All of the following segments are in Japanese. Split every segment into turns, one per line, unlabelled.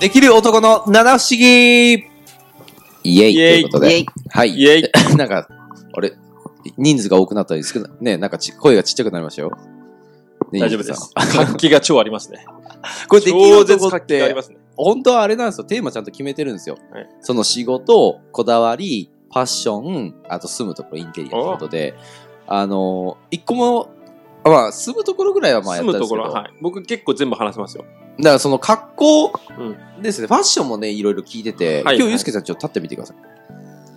できる男の七不思議イエイ
イエイ
ということ
イエ
で
イ。
はい。
イエイ
なんか、あれ人数が多くなったんですけど、ね、なんかち声がちっちゃくなりましたよ。ね
大丈
ゆう
夫で
きさん
す。 活気が超ありますね。
これできる
超絶
男っ
活気があり
て
ま、すね。
本当はあれなんですよ。テーマちゃんと決めてるんですよ。
はい
その仕事、こだわり、ファッション、あと住むところ、インテリアということで、あのー、一個も、あまあ、住むところぐらいはまあや
住
ったんで
むと
すけ
こ
ど、
ろは、はい。僕結構全部話せますよ。
だからその格好
うん
ですね、ファッションもね、いろいろ聞いてて、
はい
今日、ゆうすけさんちょっと立ってみてくださ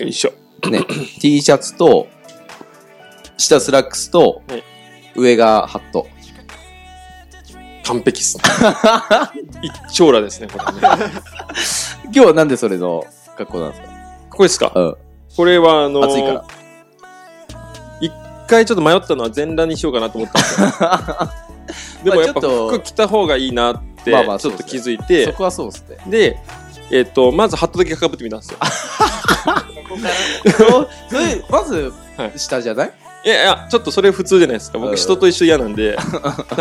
い。
よいしょ。
T シャツと、下スラックスと、
はい
上がハット。
完璧っす。 一丁羅ですね、これね。
今日はなんでそれの格好なんですか
ここですか
うん。
これはあのー
暑いから。
一回ちょっと迷ったのは全裸にしようかなと思ったんです よ。でもやっ
ま
ぱ
あちょっと
服着た方がいいなって、ち
まあまあ
ょっと気づいて、
そこはそうですね。
で、えっ、と、まずハットだけかぶってみた んですよ。
それ、 まず
は、い
下じゃない
いやいや、ちょっとそれ普通じゃないですか。
うん
僕人と一緒嫌なん で、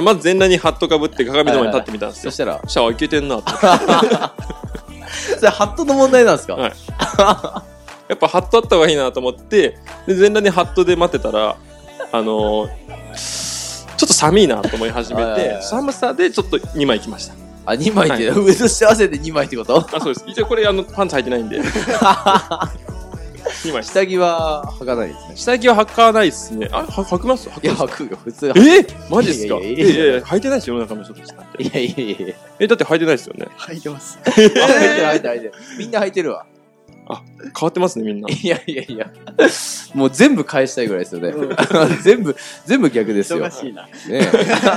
まず全裸にハットかぶって鏡の前に立ってみたんです
そ
よ
し。たら、
シャワーいけてんなって。
それハットの問題なんですか、
はいやっぱハットあった方がいいなと思って、で全裸にハットで待ってたら、あのーちょっと寒いなと思い始め
はいはいはい
て、寒さでちょっと2枚来ました。
あ、2枚って、上と下合わせて2枚ってこと
あ、 そうです。一応これ、あの、パンツ履いてないんで。2枚下。
下着は履かないですね。
下着は履かないっすね。あ、は履きます履
い
き
や、
ます
履くよ、普通は。
えマジっすか
いや
い
いやい
やい
やいや
や、履いてないですよ、世の中の人たちだって。
いやいやいやいや。
え、だって履いてないですよね。
入ってます。
あ履いてる履いてる履いてる。みんな履いてるわ。
変わってますね、 みんな。
いやいやいや。もう全部返したいぐらいですよね。 全部、全部逆ですよ。
忙
ね
しいな。
え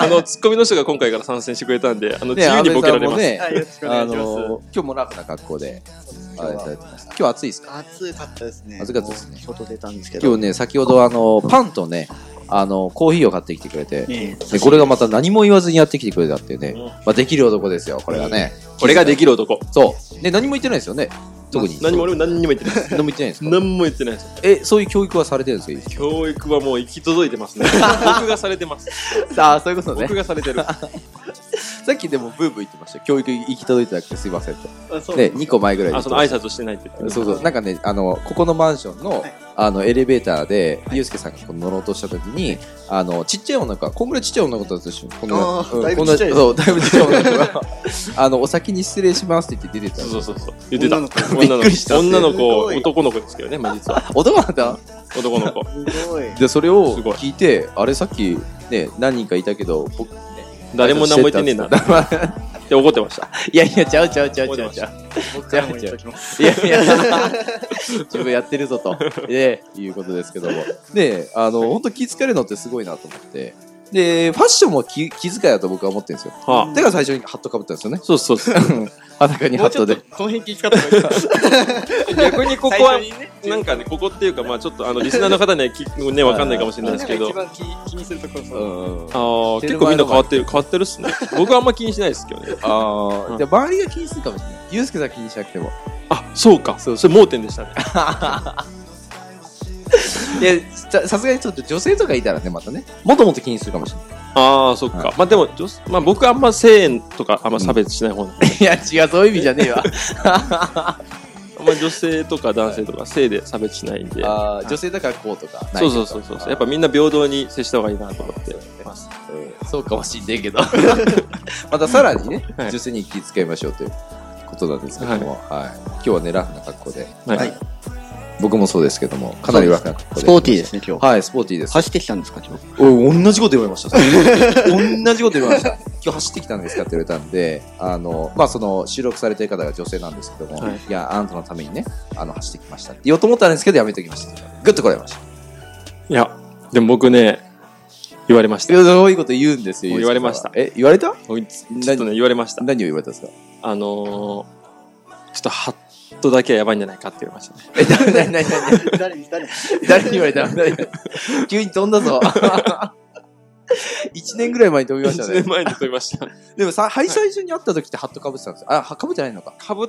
あの、ツッコミの人が今回から参戦してくれたんで、あの、
ね
自由
安
にボ
倍さ
ケら
ん
れ
も
ます。
ね
は、い、よろしくお
あ
願いします。
の、今日もラフな格好で、あれされて
今
ました今日暑いですか
日は暑かったですね。
暑かったですね
もう外出たんですけど。
今日ね、先ほどあの、パンとね、あの、コーヒーを買ってきてくれて、
ね
でこれがまた何も言わずにやってきてくれたっていうね、
うん
まあ、できる男ですよ、これがね。
これができる男。
そう。で、何も言ってないですよね、特 に。
何も俺も何にも言ってないです。
何も言ってないですか
何も言ってないです。
え、そういう教育はされてるんですか
教育はもう行き届いてますね。僕がされてます。
さあ、そういうこと
僕。がされ てる。
さっきでもブーブー言ってましたよ教育行き届いてなくてすいませんって。
あそう
で、2個前ぐらいで
あ、その挨拶してないって言ってる
そうそう。なんかね、あの、ここのマンションの、
はい
あの、エレベーターで、ゆうすけさんがこう乗ろうとしたときに、あの、ちっちゃい女の子が、こんぐらいちっちゃい女の子だったでしょ。こんな
あーだいぶ
こんな
ちっちゃいです
そう、だいぶちっちゃい女の子が、 あの、お先に失礼しますって言って出てったんです
そうそうそう。言ってた。
女
女の
の子
びっくりした
子。女の子、
すごい
男の子ですけどね、まあ実は。
男なんだ
男の子。
すごい。
で、それを
すごい
聞いて、あれさっき、ね、何人かいたけど、僕、
誰も何も言ってねえな。っ
な。
て怒ってました。
いやいや、ちゃうちゃうちゃうちゃうちゃう。
僕からも 言っときます。
いやいや、自分やってるぞと、でいうことですけども。で、あの、本当気遣えるのってすごいなと思って。で、ファッションも気気遣いだと僕は思ってるんですよ。
は
だ
あ。
から最初にハットかぶったんですよね。
そうそうそう。
裸にハ
も
ッ
うちょ
ト
っと
で
こ。の辺気遣った方がいいですか
逆にここは
最、初にね
なんかね、ここっていうか、まあちょっと、あの、リスナーの方にはきね、わかんないかもしれないですけど
一。番気気にするところそうう。
ん。
あー結構みんな変わってる、変わってるっすね。僕はあんま気にしないですけ どね。
あ
う
あ、
ん
じゃあ周りが気にするかもしれない。ゆうすけさん気にしなくても。
あ、そうか。
そう
それ盲点でしたね。
で、ささすがにちょっと女性とかいたらね、またね、もともと気にするかもしれない。
ああ、そっ
は
か。まあでも、女性まあ僕はあんま性とかあんま差別しない方なんで、
いや、違う、そういう意味じゃねえわ。
あんま女性とか男性とか性で差別しないんで。
あー女性だからこうとか。
そうそうそうそうそう。やっぱみんな平等に接した方がいいなと思ってます。
うんそうかもしんねえけど またさらに ね、
はい
女性に気遣いましょうということなんですけども、はい今日はねラフな格好で
はい。
はい
僕もそうですけどもかなりラフな格好で
スポーティーですね、今日。
はいスポーティーです、
走ってきたんですか、今日。
おい同じこと言われました 同じこと言われました今日走ってきたんですかって言われたんであのまあその収録されてる方が女性なんですけども、
はい
い、やあなたのためにねあの走ってきましたって言おうと思ったんですけどやめておきましたグッとこられました
いや、でも僕ね、言われました。
そういうこと言うんですよ
言われました
ゆうすけさんはえ言われた
僕ちちょっとね、言われました。
何を言われたん ですか
あのー、ちょっとハットだけはやばいんじゃないかって言われました
え、
ね。
なになになに
誰に誰に
誰に言われた誰に 急に飛んだぞ。1年ぐらい前に飛びました
1年
ね。
前に飛び ました。
でもさ、はい、最初に会った時ってハットかぶってたんですよ。あ、はかぶってないのか。
かぶっ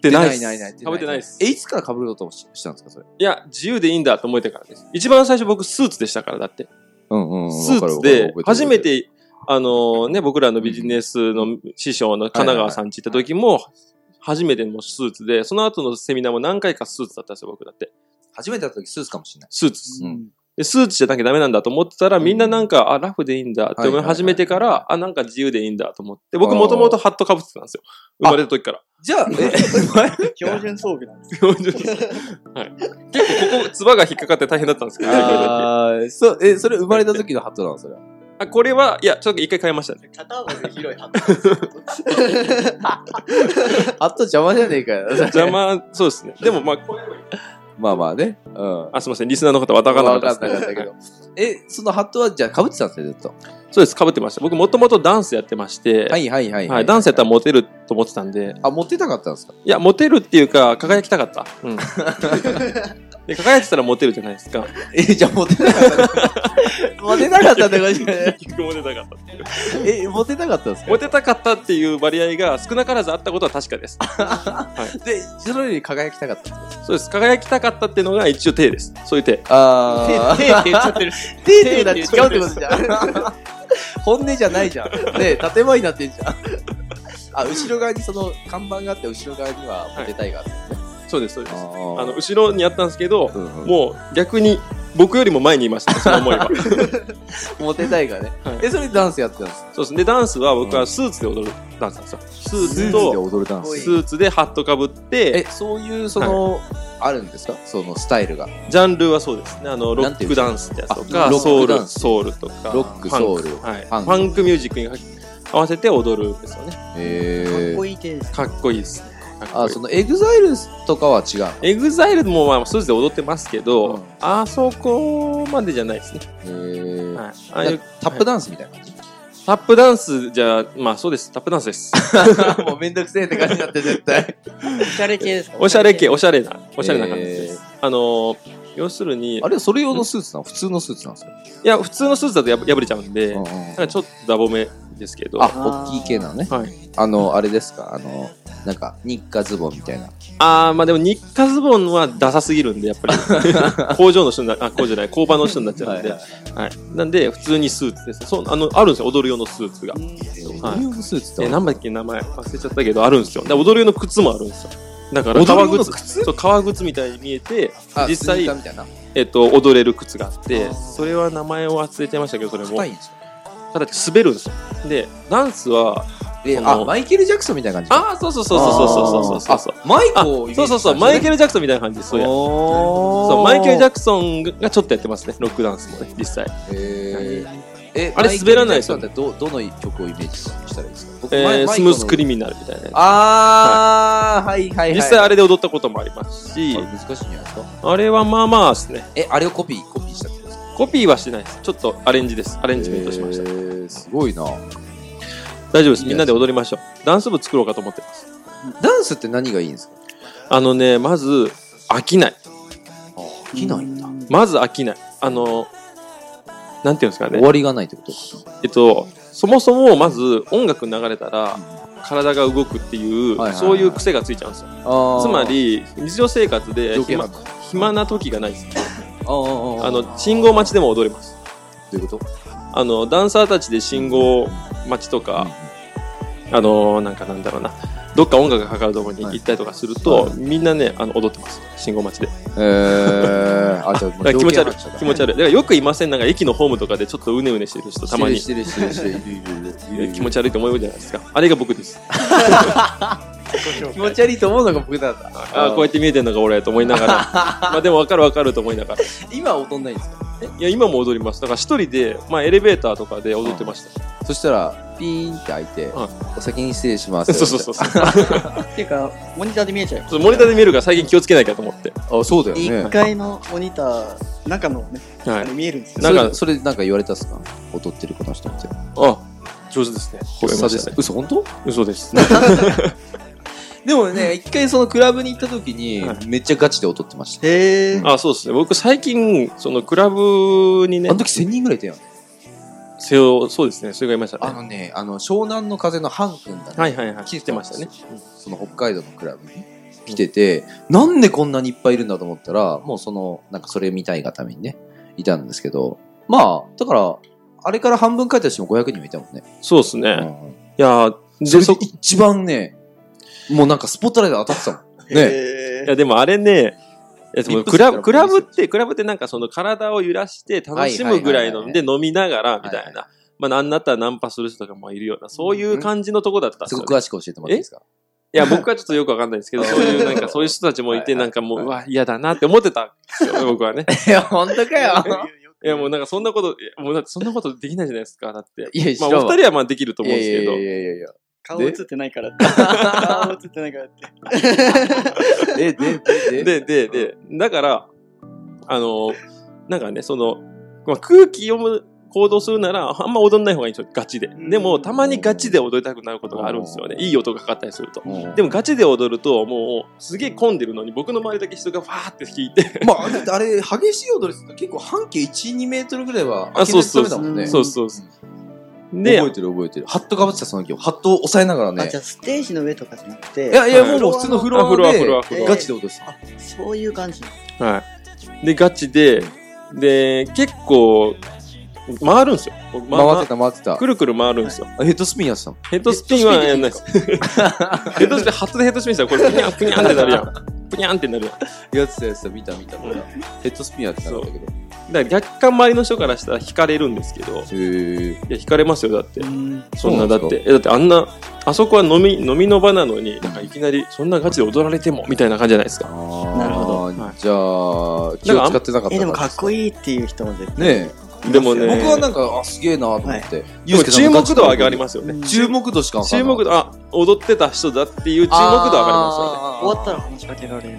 てないっす。
ないないない。
かぶってないです。
え、いつからかぶろうとしたんですか、それ。
いや、自由でいいんだと思えてからです。一番最初僕スーツでしたから、だって。
うんうん
スーツで、初め、てあのね、僕らのビジネスの師匠の神奈川さんち行った時も、初めてのスーツで、その後のセミナーも何回かスーツだったんですよ、僕だって。
初めて会った時スーツかもしれない。
スーツです。
うん
で、スーツじゃなきゃダメなんだと思ってたら、
うん
みんななんか、あ、ラフでいいんだって思い始めてか
はいはい
ら、あ、なんか自由でいいんだと思って、僕もともとハット被ってたんですよ。生まれた時から。
じゃあ、え、
標準装備なんですよ。
結構ここ、唾が引っかかって大変だったんですけど、あ
あ ーそう、え、 それ生まれた時のハットなのそれは。
これは、いや、ちょっと一回変えましたね。
片方が広いハット。
ハット邪魔じゃねえかよ。
邪魔、そうですね。でもまあ、
まあまあね。うん。
あ、すみません、リスナーの方、わたかんなかった
わ
で
か
す
ん
ね。
なかったけど。え、そのハットはじゃあ被ってたんですよ、ずっと。
そうです、被ってました。僕、もともとダンスやってまして、
はいはいはい。
はい、ダンスやったらモテると思ってたんで、
あ、持ってたかったんですか
いや、モテるっていうか、輝きたかった。うん。で輝いてたらモテるじゃないです か。
え、じゃあ持ってなかった。持てなかったってことじゃ ない。
結局モテたかった。
え、持てなかったんですか
モテたかったっていう割合が少なからずあったことは確かです。
で、それより輝きたかったんです
そうです。輝きたかったっていうのが一応手です。そういう手。
かあー。
って言っちゃってる。
手ってことは違うってことじゃん。 本音じゃないじゃん。ねえ建前になってんじゃん。あ、後ろ側にその看板があって、後ろ側にはモテたいがあって。
そうです、そうです。あ
あ
の、後ろにあったんですけど、
の、うんうん
もう逆に僕よりも前にいました、その思いは。
モテたいがね
はい。
え、それダンスやってたんですか
そうですね。で、ダンスは僕はスーツで踊るダンスなんですよ。スー
スー
ツ
ツで
と、
踊るダン
ツで踊る
ス。
スーツでハットかぶって、
え、そういう、その、あるんですかそのスタイルが。
ジャンルはそうですね。あの、ロ
なん
ッ
ていうんで
ク
すか
ダンスってやつと
あ
か、
ロッ
ソ
ク
ウ
ダ
ル、
ンス
ソウルとか、
ロック
ファ
ソウ
ン
ル
クはい。
フ
フ
ァ
ァ
ン
ン
ク
クミュージックに合わせて踊るんですよね。
え
かっ
ー
こいい系です。
かっこいいですね。かっこいい
あ、その、エグザイルとかは違う。
エグザイルもまあスーツで踊ってますけど、
うん
あそこまでじゃないですね。
えー
はい、ああい
なん
う
かタップダンスみたいな感じ。
タップダンスじゃまあそうですタップダンスです。
もうめんどくせえって感じになって絶対。
おしゃれ系ですか
おしゃれ系お
おし
しゃれなおしゃれな感じです。あのー要するに
あれそれ用のスーツなの普通のスーツなんですよ。
いや普通のスーツだとやぶ破れちゃうんで、
うんう
なん
ん
かちょっとダボめですけど。
あ、大きい系なのね。
はい、
あの、あれですかあの、なんか、日課ズボンみたいな。
あーまあでも日課ズボンはダサすぎるんでやっぱ り工場の人になあ工場じゃない工場の人になっちゃうんで、はいなんで普通にスーツですそうあのあるんですよ踊る用のスーツが
ゃ。れ。
はい
用のスーツって
え
ある
何だっけ名前忘れちゃったけどあるんですよで踊る用の靴もあるんですよだから
踊る用
革
の
靴そう革靴みたいに見えて
あ
実際
スニーカーみたいな。
えっと踊れる靴があって
あー
それは名前を忘れちゃいましたけどそれも
硬いんですよ。
ただ滑るんですよでダンスは
え、
そ
あ、
の
マイケル・ジャクソンみたいな感じ
ああそうそうそうそうそうそうそうそうそう
あマイク
あ
をイメージ
そうそうそうマイケ
ル・
ル・ジャクソンみたいな感じですそうや
お
そうマイケル・ジ
ャ
ャクソンがちょっとやってますねロックダンスもね実際
クソン。えーえ、
あれ滑らないです
人
よ
ってど、どの曲をイメージしたらいいですか僕マ
え
イ
ー
マイ
ス
ク
ム
の
ースクリミナルみたいなやつ
あー、はいはいはい。
実際あれで踊ったこともありますし
あ難しいんじゃないですか
あれはまあまあですね
え、あれをコピー、コピーしたってことですか
コピーはしてないですちょっとアレンジですアレンジメントしました
えーすごいな。
大丈夫です。みんなで踊りましょう。ダンス部作ろうかと思ってます。
ダンスって何がいいんですか
あのね、まず、飽きない。
飽きないんだ。
まず飽きない。あの、なんていうんですか
終
ね。
わりがないってこと
えっと、そもそもまず音楽流れたら、体が動くっていう、
はいはいはい
そういう癖がついちゃうんですよ。
あ
つま、り、日常生活で
条件
暇
反
暇な時がないです。
応。あー
あの、信号待ちでも踊れます。
どういうこと
あの、ダンサーたちで信号待ちとか、あの、なんかなんだろうな。どっか音楽がかかるところに行ったりとかすると、
はい
みんなね、あの、踊ってます。信号待ちで。
えー、あ、じゃあもう
だから気持ち悪い
条件反射だ
気持ち悪い。だからよくいません。なんか駅のホームとかでちょっとうねうねしてる人、たまに
し。てるしてるしてるしてるいるいるいるいる
気持ち悪いと思うじゃないですか。あれが僕です。
気持ち悪いと思うのが僕なんだ
ああ、こうやって見えてんのが俺やと思い ながら。まあでも分かる分かると思いながら。
今は踊んないんですか
えいや、今も踊ります。だから一人で、まあエレベーターとかで踊ってました。
そしたらピーンって開いて
は
お先に失礼します
そうそう そうそう。ちょ
っていうか、モニターで見えちゃいま
っ
す。
とモニターで見えるから最近気をつけなきゃと思って。
あそうだよ
1
ね
階のモニター、中のね、
は
あ
い
の。見えるんですよ。
なんか
それそれなんか言われたっすか踊ってる子の人って
あ、上手ですね。これましたね。
嘘本当
嘘です。
でもね一回そのクラブに行った時に
はい
めっちゃガチで踊ってました
へー。
あ、そうですね。僕最近、そのクラブにね
あの、時1000人ぐらいいたよね
背負そうですね。それがいました
あ
ね。
のねあの湘南の風のハン君がね
はいはいはい。来てましたね。
その北海道のクラブに来てて、なんでこんなにいっぱいいるんだと思ったら、もうその、なんかそれ見たいがためにね、いたんですけど、まあ、だから、あれから半分書いた人も500人もいたもんね。
そうですね。
う
い
ん
やー、
そ
で
れで
そ
一番ね、もうなんかスポットライト当たってた もん。ね
いやでもあれね、えっと
リップ
クラ
ス
ブ、
ク
ク
ラ
ラ
ブ
ブって、クラブってなんかその体を揺らして楽しむぐらい
は
の
いはいはい
で飲みながらみた
はい
な。まあなんだったらナンパする人とかもいるような、そういう感じのとこだったんです
す
よ
ごく詳
ね
しく教えてもらっていいですか
いや、僕はちょっとよくわかんないですけ ど、そういうなんかそういう人たちもい
は
て、
いはい
なんかもう、うわ、嫌だなって思ってたんですよね、僕はね。
いや、 本当 かよ。
いや、もうなんかそんなこと、いやもうだってそんなことできないじゃないですか、だって。
いや、知
まあ
らん
お
わ
二人はまあできると思うんですけど
いやい。やいやいやいや。
顔
で
映ってないからって。顔映ってないからって。
で、で、で、で、
で、で、で、だから、あの、なんかね、その、まあ、空気読む行動するなら、あんま踊んない方がいいんですよ、ガチで。
ん
でも、たまにガチで踊りたくなることがあるんですよね。いい音がかかったりすると。
うん
でも、ガチで踊ると、もう、すげえ混んでるのに、僕の周りだけ人がわーって弾いて、
まあ、だってあれ、激しい踊りすると結構半径1、2メートルぐらいは、
あそうそう
開けないとダメだもんね。
そうそうそう。
で、
で、
覚えてる覚えてる。ハットかぶってた、その時。ハットを押さえながら
あ、
ね
じゃ。あステージの上とかじゃなく
い
て。
やいや、
はい
もう普通のフロ
あフロ
ア
アフロア
で、
フ
ロア
ガチで踊ってた。
そういう感じ。
はい。で、ガチで、で、結構、回るんですよ。僕ま
回ってた、回ってた
く。るくる回るんですよ。
あヘッドスピンやってたもん。
ヘッドスピンはやんないです。 ヘッドスピン、初でヘッドスピンしたら、これ、プニャン、プニャンってなるやん。プニャンってなるやん。だか
やってた、やってた、見た、見た、見
うん
た。ヘッドスピンやってたんだけど。
ら、逆感周りの人からしたら惹かれるんですけど、い
へえ。
や、惹かれますよ、だって。
うん。
そんな、だ
そうなんで
って、えだってあんな、あそこは飲み、飲みの場なのに、なんかいきなり、そんなガチで踊られても、みたいな感じじゃないですか。
な
るほ
ど
じゃあ、気を使ってなかった
え、でもかっこ
い
いいっていう人も絶対。
ね
でも
え。
ね
僕はなんか、あ、すげえなと思って。
でも注目度は上がりますよね。
す
注目度しかわかん
注
ない
目度、あ、踊ってた人だっていう注目度上がりますよね。
終わったら話しかけられるの。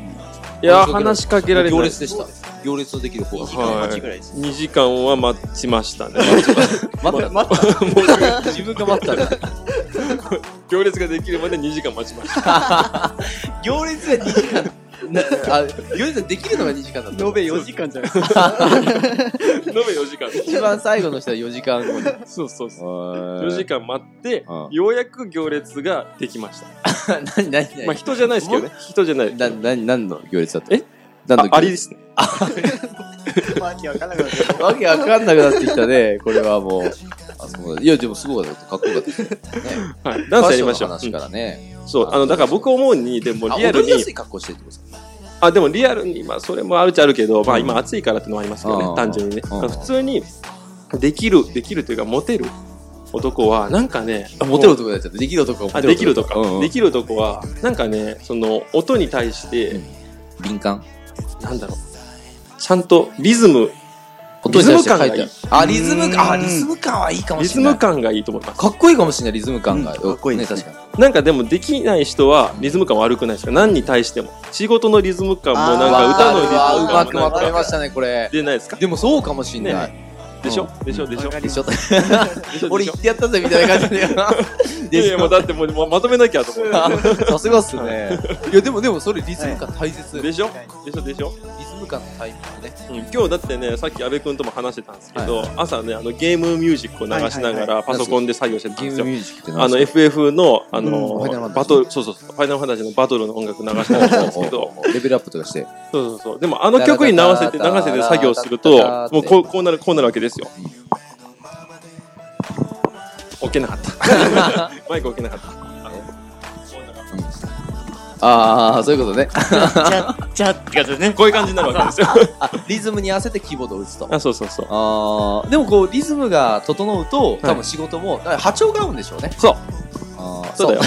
いやー、話しかけられ
行
ない
列。でした。行列のできる方が。
時
はい
間待ちぐらいです。
2時間は待ちましたね。
待った、
待った。
自分が待ったね。
行列ができるまで2時間待ちました。
行列が2時間。あ、行列ができるのが2時間だった。
延べ4時間じゃないですか。
延べ4時間。
一番最後の人は4時間後に。
そうそう そう。4
4
時間待って、
うん
ようやく行列ができました。
間。何、何、
まあ人じゃないですけどね。人じゃない。
何、何、何、何の行列だった
え
何の
あ
行
アリで
列
すね。
わけわかんなくなっちゃ
わけわかんなくなってきたね、これはもう。あそうだいや、でもすごかった。かっこよかったですね。
はい。ダンスやりましょう。
ファッションの話からね。
うんそう。あの、だから僕思うに、でも
あ
リアル
踊りや
に
す、い格好してるってことですか
あ、でもリアルに、まあそれもあるっちゃあるけど、まあ今暑いからってのもありますけど
うん
ね、単純にね。
うん
あの普通に、できる、できるというか、モテる男は、なんかね、
あモテる男だっちゃった。できる男が
あできるとか、
うんうん
できるとこはなんかねその音に対して、
敏感。
なんだろうちゃんとリズム
音に対して書いてあ
リ
る
ズ。
あ、リズム感、あ、
うん
リズム感はいいかも
リ
し
ズ
れない。
ム感がいいと思います
かっこいいかもしれない、リズム感が。
うんかっこいい
ね、
ですね
確か
なんかでもできない人はリズム感悪くないですか何に対しても仕事のリズム感もなん
に。
あ
か
ー
歌の
わ
リ
か
ズ
るわう
ム
ま
感も
く
な
ま
ん
とめ
か
ましたね、これ。
出ないですか
でもそうかもしれない。
でしょ
う
でしょでしょ
でしょ
でしょ
俺
で
言
しょ
ってやったぜみたいな感じ で。
いやいやもうだってもうもうまとめなきゃと思っ
さすがっすね。いや、でもでもそれリズム感大切。
て
リ
で
ズ
しょでしょでしょ、
ム感のタイミングね。
うん今日だってねさっき阿部君とも話してたんですけど、朝ねあのゲームミュージックを流しながらパソコンで作業してたん
ゲ
で
ー
す
ム
よ
ミュージックって
あの FF の、あの
うんファイナルファンタジー
バトル、そうそうそう、ファイナルファンタジーのバトルの音楽流したりしたんですけど、
レベルアップとかして。
そうそうそう、でもあの曲に流せて、流せて作業すると、もうこう、こうなる、こうなるわけですよ。置けなか った。マイク置けなかった。あの
ああ、そういうことね。
じゃ、じゃって感じですね。
こういう感じになるわけですよ。
あリズムに合わせてキーボードを打つと。
あ、そうそうそう。
あーでもこうリズムが整うと多分仕事も、だから波長が合うんでしょうね
そう、
あー
そうだよ。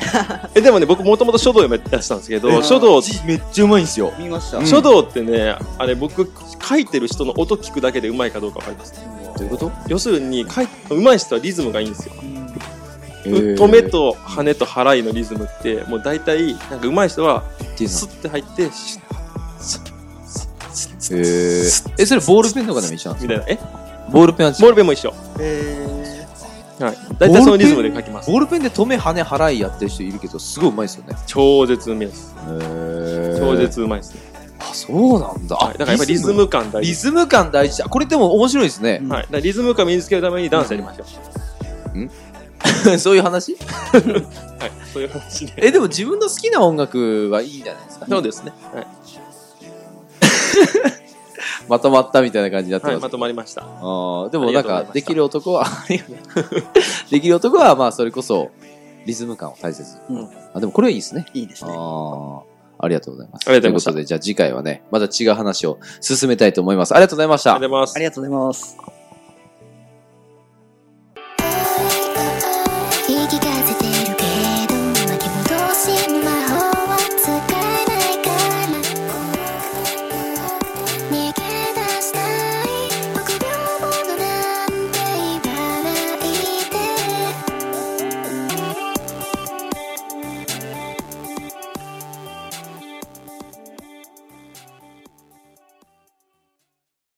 え、でもね、僕もともと書道やってたんですけ
そ
ど、
う
書道、
字めっちゃうまいんですよ
見ました。
うん
書道ってね、あれ僕、書いてる人の音聞くだけでうまいかどうかわかります。
どういうこと
要するに、書い、うまい人はリズムがいいんですよ。
止
止めと羽と払いのリズムってもう大体なんか上手い人はスッて入ってシュッ
ええそれボールペンとかでも一緒なんで
みたいなえ
すかボールペンは違う
ボールペンも一緒
えー
はい大体そのリズムで書きます
ボールペンで止め羽払いやってる人いるけどすごいうまいですよね
超絶うめえです超絶うまいですね
あそうなんだ、
はいだからやっぱりリズム感大
リ
事
ズム感大事だこれでも面白いですね、
はいだからリズム感身につけるためにダンスやりましょ
そういう話
うはいそういう話で
えでも自分の好きな音楽はいいんじゃないですか
そうですねはい
まとまったみたいな感じになって
はい、
ます
まとまりました。
あーでもなんか
ありがとうございました
できる男は ありがとうございますできる男はまあそれこそリズム感を大切に、
うん
あでもこれはいいですね
いいです
あ
ね。
ーありがとうございます
ありがとうございまし
と
た
いうことでじゃあ次回はねまた違う話を進めたいと思いますありがとうございまし
あ
た
りがとうございます
あ。りがとうございます。